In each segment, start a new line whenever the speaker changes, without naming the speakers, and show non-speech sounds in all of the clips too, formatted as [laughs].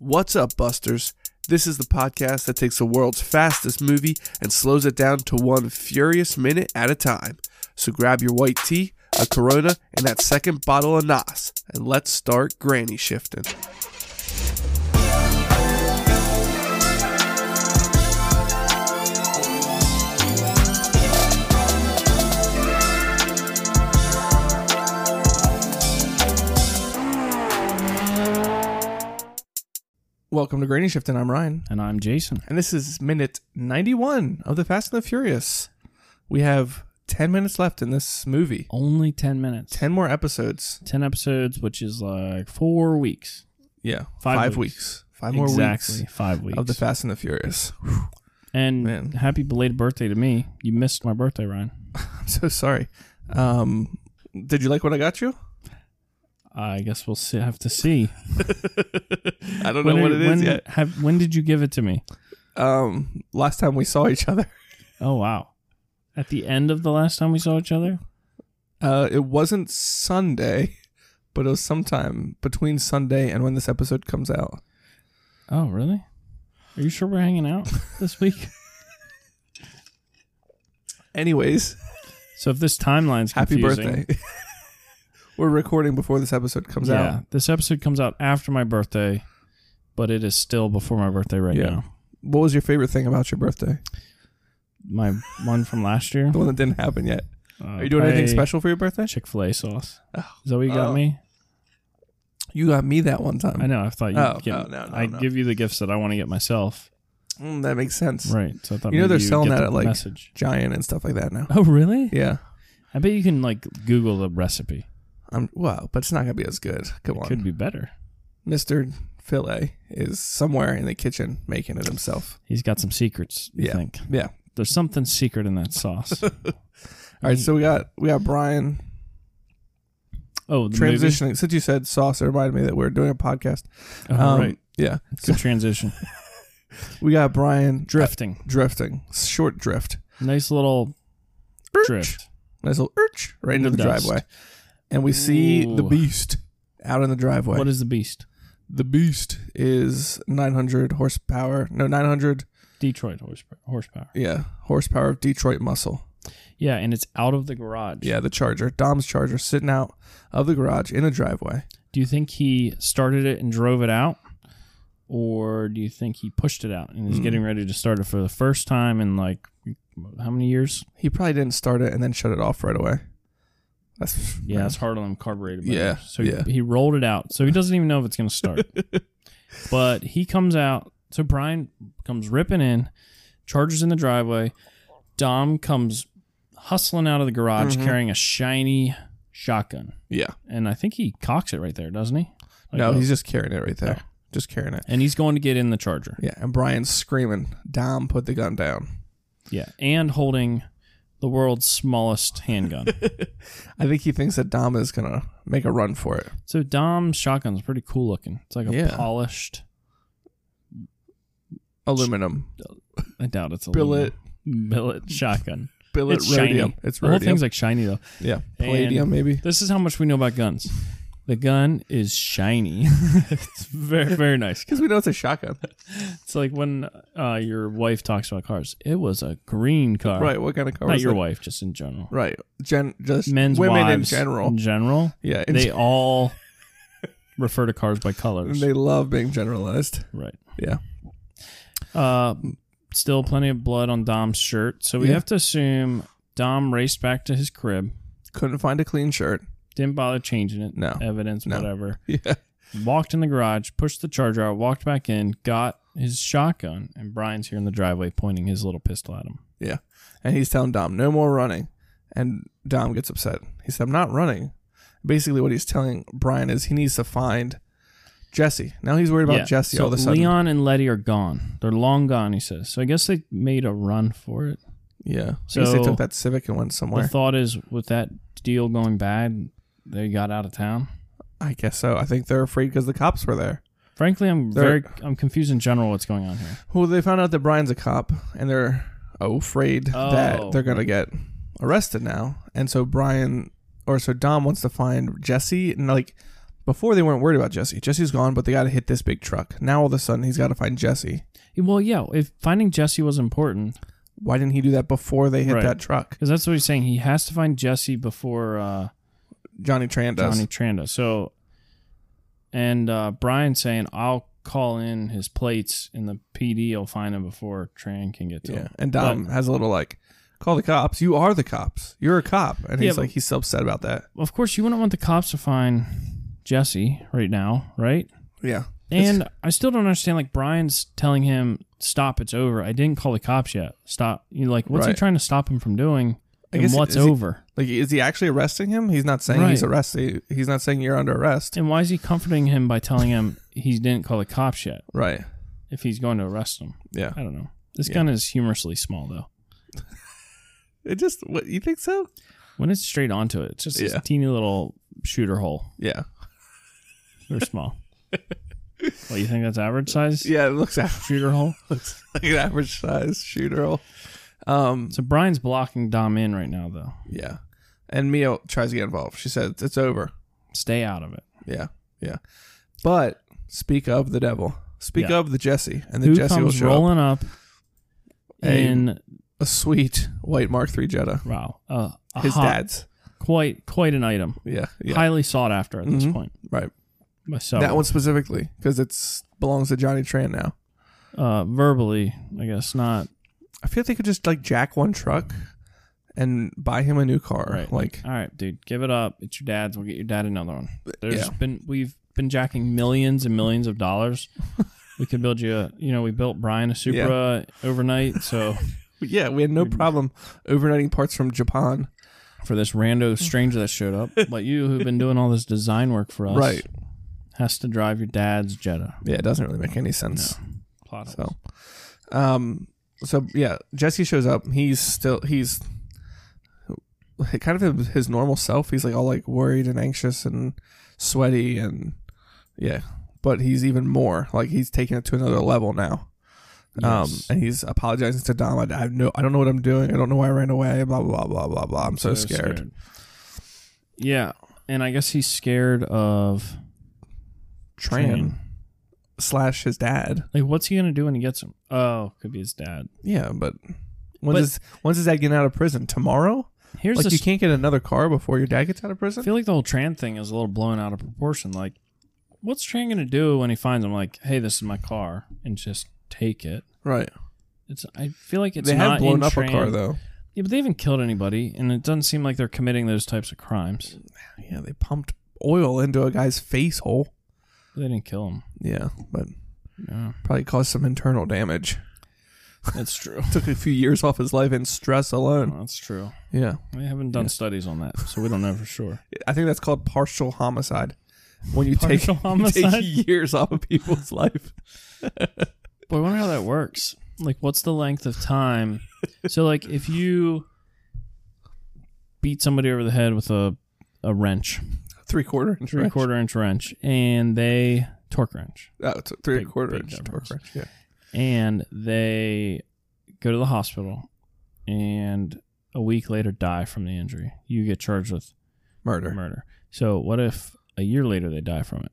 What's up, Busters? This is the podcast that takes the world's fastest movie and slows it down to one furious minute at a time. So grab your white tea, a Corona, and that second bottle of Nas, and let's start granny shifting.
Welcome to Grading Shift, and I'm Ryan.
And I'm Jason.
And this is minute 91 of The Fast and the Furious. We have 10 minutes left in this movie,
Only 10 minutes.
10 more episodes.
10 episodes, which is like four weeks.
Yeah,
Five
weeks.
weeks.
Five more
exactly.
weeks
Five weeks.
of The Fast and the Furious.
and
Man.
happy belated birthday to me. You missed my birthday, Ryan.
I'm [laughs] so sorry. Um, did you like what I got
[laughs]
you?
I guess we'll see, have to see.
[laughs] I don't know what it is
when,
yet.
Have, when did you give it to me?
Um, last time we saw each other, [laughs]
Oh, wow. At the end of the last time we saw each other?
uh, it wasn't Sunday, but it was sometime between Sunday and when this episode comes out.
Oh, really? Are you sure we're
[laughs]
hanging out this week?
Anyways,
so if this timeline's
Happy
confusing,
birthday. [laughs] We're recording before this episode comes
yeah,
out.
this episode comes out after my birthday, but it is still before my birthday right
Yeah.
now.
What was your favorite thing about your birthday?
my one from last year.
The one that didn't happen yet. [laughs] Are you doing anything special for your birthday?
Chick Fil A sauce. Is that what you got
Oh.
me?
You got me that one time.
I know. I thought you.
Oh,
give,
no, no, no,
I
no.
give you the gifts that I want to get myself.
Mm, that makes sense.
Right. So I thought
You know
maybe
they're selling
get
that
the
at, like-
message.
Giant and stuff like that now.
Oh really?
Yeah.
I bet you can like Google the recipe.
I'm wow, but it's not gonna be as good. Come on.
Could be better.
Mr. Filet is somewhere in the kitchen making it himself.
He's got some secrets. I
Yeah.
think
Yeah.
there's something secret in that
[laughs]
sauce.
All right, so we got we got Brian
oh, the
transitioning. Since you said sauce, it reminded me that we're doing a podcast. Um,
Movie? Oh, right.
Yeah, [laughs]
Good transition.
we got Brian uh,
Drifting.
drifting, short drift.
Nice little drift.
Nice little urch right into the,
The dust.
driveway. And we see the
Ooh.
beast out in the driveway.
What is the beast?
the beast is 900 horsepower. No, 900,
Detroit horsepower. horsepower.
yeah, horsepower of Detroit muscle.
Yeah, and it's out of the garage.
Yeah, the charger, Dom's charger, sitting out of the garage in a driveway.
Do you think he started it and drove it out? Or do you think he pushed it out and is getting ready to start it for the first time in like how many years?
He probably didn't start it and then shut it off right away. That's
Yeah, it's hard on them carburetor. motors.
Yeah,
So
yeah.
he rolled it out. So he doesn't even know if it's going
[laughs]
to start. but he comes out. So Brian comes ripping in, charges in the driveway. Dom comes hustling out of the garage carrying a shiny shotgun.
Yeah.
And I think he cocks it right there, doesn't he? Like,
no,
uh,
he's just carrying it right there. Just carrying it.
and he's going to get in the charger.
Yeah, and Brian's screaming, Dom, put the gun down.
Yeah, and holding the world's smallest
[laughs]
handgun.
I think he thinks that Dom is going to make a run for it.
so Dom's shotgun's pretty cool looking. It's like a
Yeah.
polished.
Aluminum.
I doubt it's a
Billet.
little- billet shotgun.
billet
it's
rhodium.
shiny.
It's
the whole
rhodium.
thing's like shiny though.
yeah,
And-
palladium maybe.
This is how much we know about guns. The gun is shiny. [laughs] it's very very nice.
Because we know it's a shotgun,
Uh, It's like when uh, your wife talks about cars. It was a green car.
right? What kind of car?
Not
was
your
it?
wife, just in general.
right? Gen, just
Men's
women in
wives
general.
In general,
yeah, in
they
gen- [laughs]
all refer to cars by colors.
they love being generalized.
right.
Yeah,
Uh, still plenty of blood on Dom's shirt. So we
Yeah.
have to assume Dom raced back to his crib,
couldn't find a clean shirt. [laughs]
didn't bother changing it,
No.
evidence,
No.
whatever.
Yeah,
Walked in the garage, pushed the charger out, walked back in, got his shotgun, and Brian's here in the driveway pointing his little pistol at him.
yeah. And he's telling Dom no more running, and Dom gets upset. He said, "I'm not running." Basically, what he's telling Brian is he needs to find Jesse. Now he's worried about
Yeah.
Jesse
So
all of a sudden.
Leon and Letty are gone. They're long gone, he says. So I guess they made a run for it.
yeah, so I guess they
So-
took that Civic and went somewhere.
The thought is with that deal going bad, they got out of town.
I guess so. I think they're afraid because the cops were there.
Frankly, I'm
They're-
very I'm confused in general what's going on here.
Well, they found out that Brian's a cop, and they're oh, afraid
Oh.
that they're gonna get arrested now. And so Brian, or so Dom, wants to find Jesse and like Before they weren't worried about Jesse. Jesse's gone, but they got to hit this big truck. Now all of a sudden he's got to find Jesse.
Well, yeah, if finding Jesse was important,
Why didn't he do that before they hit
Right.
that truck?
because that's what he's saying. He has to find Jesse before uh,
Johnny Tran does.
Johnny Tranda. So, and uh, Brian saying, "I'll call in his plates, and the PD will find him before Tran can get to
yeah.
him."
And Dom has a little like, call the cops. You are the cops. You're a cop. And
Yeah,
he's
but-
like, he's so upset about that.
Of course, you wouldn't want the cops to find Jesse right now, right?
Yeah.
And I still don't understand. Like Brian's telling him, "Stop, it's over." I didn't call the cops yet. Stop. You like, what's he
Right.
trying to stop him from doing?
I
And
guess it-
what's
is he-
over?
Like, is he actually arresting him? He's not saying he's
Right.
arrested. He's not saying you're under arrest.
and why is he comforting him by telling him he didn't call the cops yet?
Right.
If he's going to arrest him,
Yeah.
I don't know. This
Yeah.
gun is humorously small, though.
It just, what, you think so?
When it's straight onto it, it's just
Yeah.
a teeny little shooter hole.
Yeah. [laughs]
They're small. well, you think that's average size?
Yeah. It looks after.
Shooter hole.
[laughs] looks like an average size shooter. Um,
So Brian's blocking Dom in right now, though.
yeah. And Mio tries to get involved. She says it's over.
Stay out of it.
Yeah, yeah. But speak of the devil. Speak
Yeah.
of the Jesse, and the
Who
Jesse will
comes
show up.
rolling up?
A-
in
A sweet white Mark III Jetta.
wow, uh, a
His
hot-
dad's.
quite quite an item,
Yeah, yeah.
highly sought after at this
Mhm.
point.
right.
By several.
That one specifically because it's belongs to Johnny Tran now.
uh, verbally, I guess not.
I feel they could just like jack one truck and buy him a new car.
Right.
Like
All right, dude, give it up. It's your dad's. We'll get your dad another one. There's
Yeah.
been we've been jacking millions and millions
[laughs]
of dollars. we could build you a, you know, we built Brian a Supra
[laughs]
overnight. So
yeah, we had no
Mm.
problem overnighting parts from Japan.
for this rando stranger that showed up, like you who've been doing all this design work for us,
Right.
has to drive your dad's Jetta.
Yeah, it doesn't really make any sense.
Plot hole.
So, um, so yeah, Jesse shows up. He's still he's kind of his normal self. He's like all like worried and anxious and sweaty and yeah, but he's even more like he's taking it to another level now.
Yes.
Um, and he's apologizing to Dom. I, I have no, I don't know what I'm doing. I don't know why I ran away. Blah blah blah blah blah. I'm so,
So
scared.
Yeah, and I guess he's scared of
Tran slash his dad.
Like, what's he gonna do when he gets him? Oh, could be his dad.
Yeah, but. When's,
But-
his, when's his dad getting out of prison? Tomorrow?
Here's
Like,
the
you can't get another car before your dad gets out of prison?
I feel like the whole Tran thing is a little blown out of proportion. Like, what's Tran gonna do when he finds him? Like, hey, this is my car, and just take it.
Right.
It's. I feel like it's.
they
not
have blown
in
up
Tran.
a car though.
Yeah, but they haven't killed anybody, and it doesn't seem like they're committing those types of crimes.
Yeah, they pumped oil into a guy's face hole.
They didn't kill him.
Yeah, but
Yeah,
probably caused some internal damage.
that's true.
[laughs] Took a few years off his life in stress alone.
that's true.
Yeah.
We haven't done studies on that, so we don't know for sure.
I think that's called partial homicide. [laughs] When you take,
Partial
you take
homicide?
years off of people's [laughs] life.
Boy, I wonder how that works. Like, what's the length of
[laughs]
time? so, like, if you beat somebody over the head with a, a wrench,
Three quarter inch.
three
wrench.
quarter inch wrench, and they torque wrench,
Oh, it's a three
Big-
quarter
big
inch.
difference.
torque wrench, Yeah.
and they go to the hospital, and a week later die from the injury, you get charged with
Murder.
murder. So, what if a year later they die from it?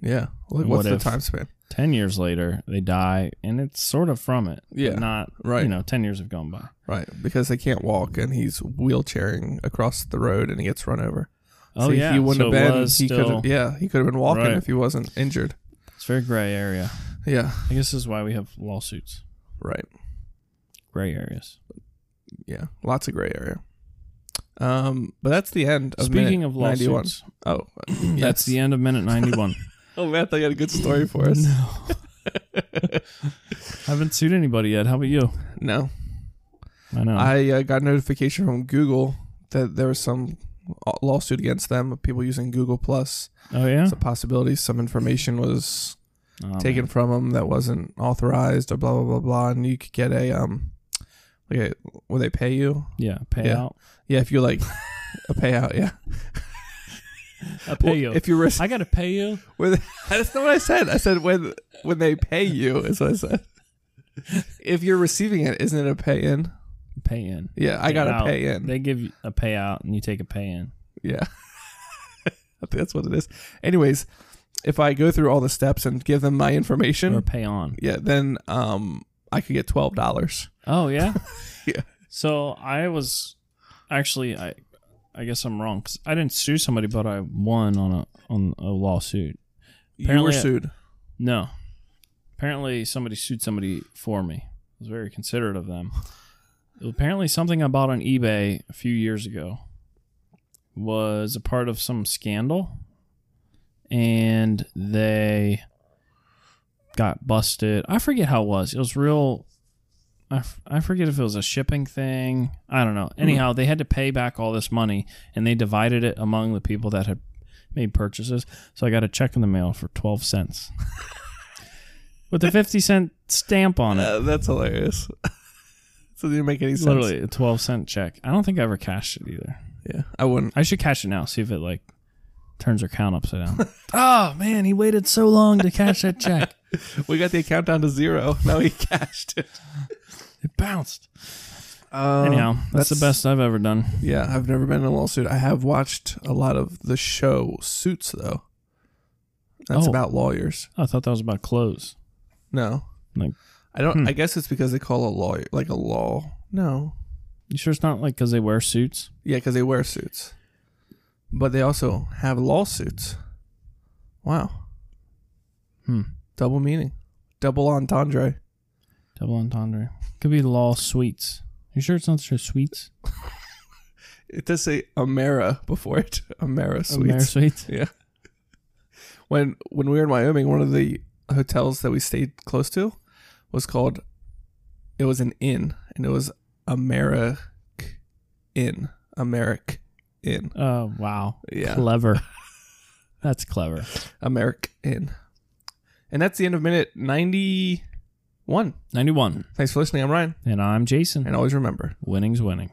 Yeah. Look,
What
what's the
if-
time span?
Ten years later they die, and it's sort of from it. but
Yeah,
not
right.
You know, ten years have gone by.
Right. Because they can't walk and he's wheelchairing across the road and he gets run over.
Oh
So
yeah,
He wouldn't
so it
have been
was
he could
still-
have yeah, he could have been walking
Right.
if he wasn't injured.
It's very gray area.
Yeah.
I guess this is why we have lawsuits.
Right.
Gray areas.
Yeah. Lots of gray area. Um, but that's the end of
Speaking
minute
of
91.
lawsuits, [clears throat]
Oh,
that's the end of minute
[laughs]
91.
Oh, Matt, I got a good story for us.
no. I haven't sued anybody yet. How about you?
no,
I know.
I uh, got a notification from Google that there was some lawsuit against them of people using Google Plus.
oh, yeah?
It's a possibility some information was
Oh,
taken
man.
from them that wasn't authorized or blah blah blah blah, and you could get a um, like a, will they pay you?
Yeah,
Yeah.
payout.
Yeah, if you like a payout. Yeah,
I [laughs] pay you.
if you risk.
I got to pay you.
When [laughs] that's not what I said. I said when when they pay you is what I
[laughs]
said. If you're receiving it, isn't it a pay in?
Pay in.
Yeah, I
Payout.
gotta pay in.
They give you a payout and you take a pay in.
yeah, [laughs] I think that's what it is. Anyways, if I go through all the steps and give them my information,
or pay on.
yeah, then um, I could get twelve dollars.
Oh yeah,
[laughs] Yeah.
So I was actually I, I guess I'm wrong because I didn't sue somebody, but I won on a on a lawsuit.
You were
Apparently-
sued.
No, apparently somebody sued somebody for me. I was very considerate of them. apparently, something I bought on eBay a few years ago was a part of some scandal, and they got busted. I forget how it was. It was real. I, f- I forget if it was a shipping thing. I don't know. Anyhow, they had to pay back all this money and they divided it among the people that had made purchases. So I got a check in the mail for 12 cents with a 50 cent stamp on it.
Uh, that's hilarious. [laughs] so didn't make any sense.
Literally a 12 cent check. I don't think I ever cashed it either.
Yeah, I wouldn't.
I should cash it now, see if it like turns her count
[laughs]
upside down. oh, man, he waited so long to cash that check.
We got the account down to zero. Now he [laughs] cashed [laughs] it.
It bounced.
Um,
Anyhow, that's, the
that's-
best I've ever done.
Yeah, I've never been in a lawsuit. I have watched a lot of the show Suits though. That's
Oh.
about lawyers.
I thought that was about clothes.
No,
Like,
I don't.
Hmm.
I guess it's because they call a lawyer like a law. No,
you sure it's not like because they wear suits?
yeah, because they wear suits, but they also have lawsuits. Wow,
Hmm.
double meaning, double entendre.
Double entendre. Could be law suites. You sure it's not just sweets?
It does say Amera before it. Amera suites. [laughs]
Ameri suites.
Yeah. When when we were in Wyoming, one of the hotels that we stayed close to was called it was an inn and it was Americ Inn. Americ Inn.
Oh wow.
Yeah.
Clever. That's clever.
Americ Inn. And that's the end of minute ninety one.
Ninety-one.
Thanks for listening. I'm Ryan.
And I'm Jason.
And always remember.
Winning's winning.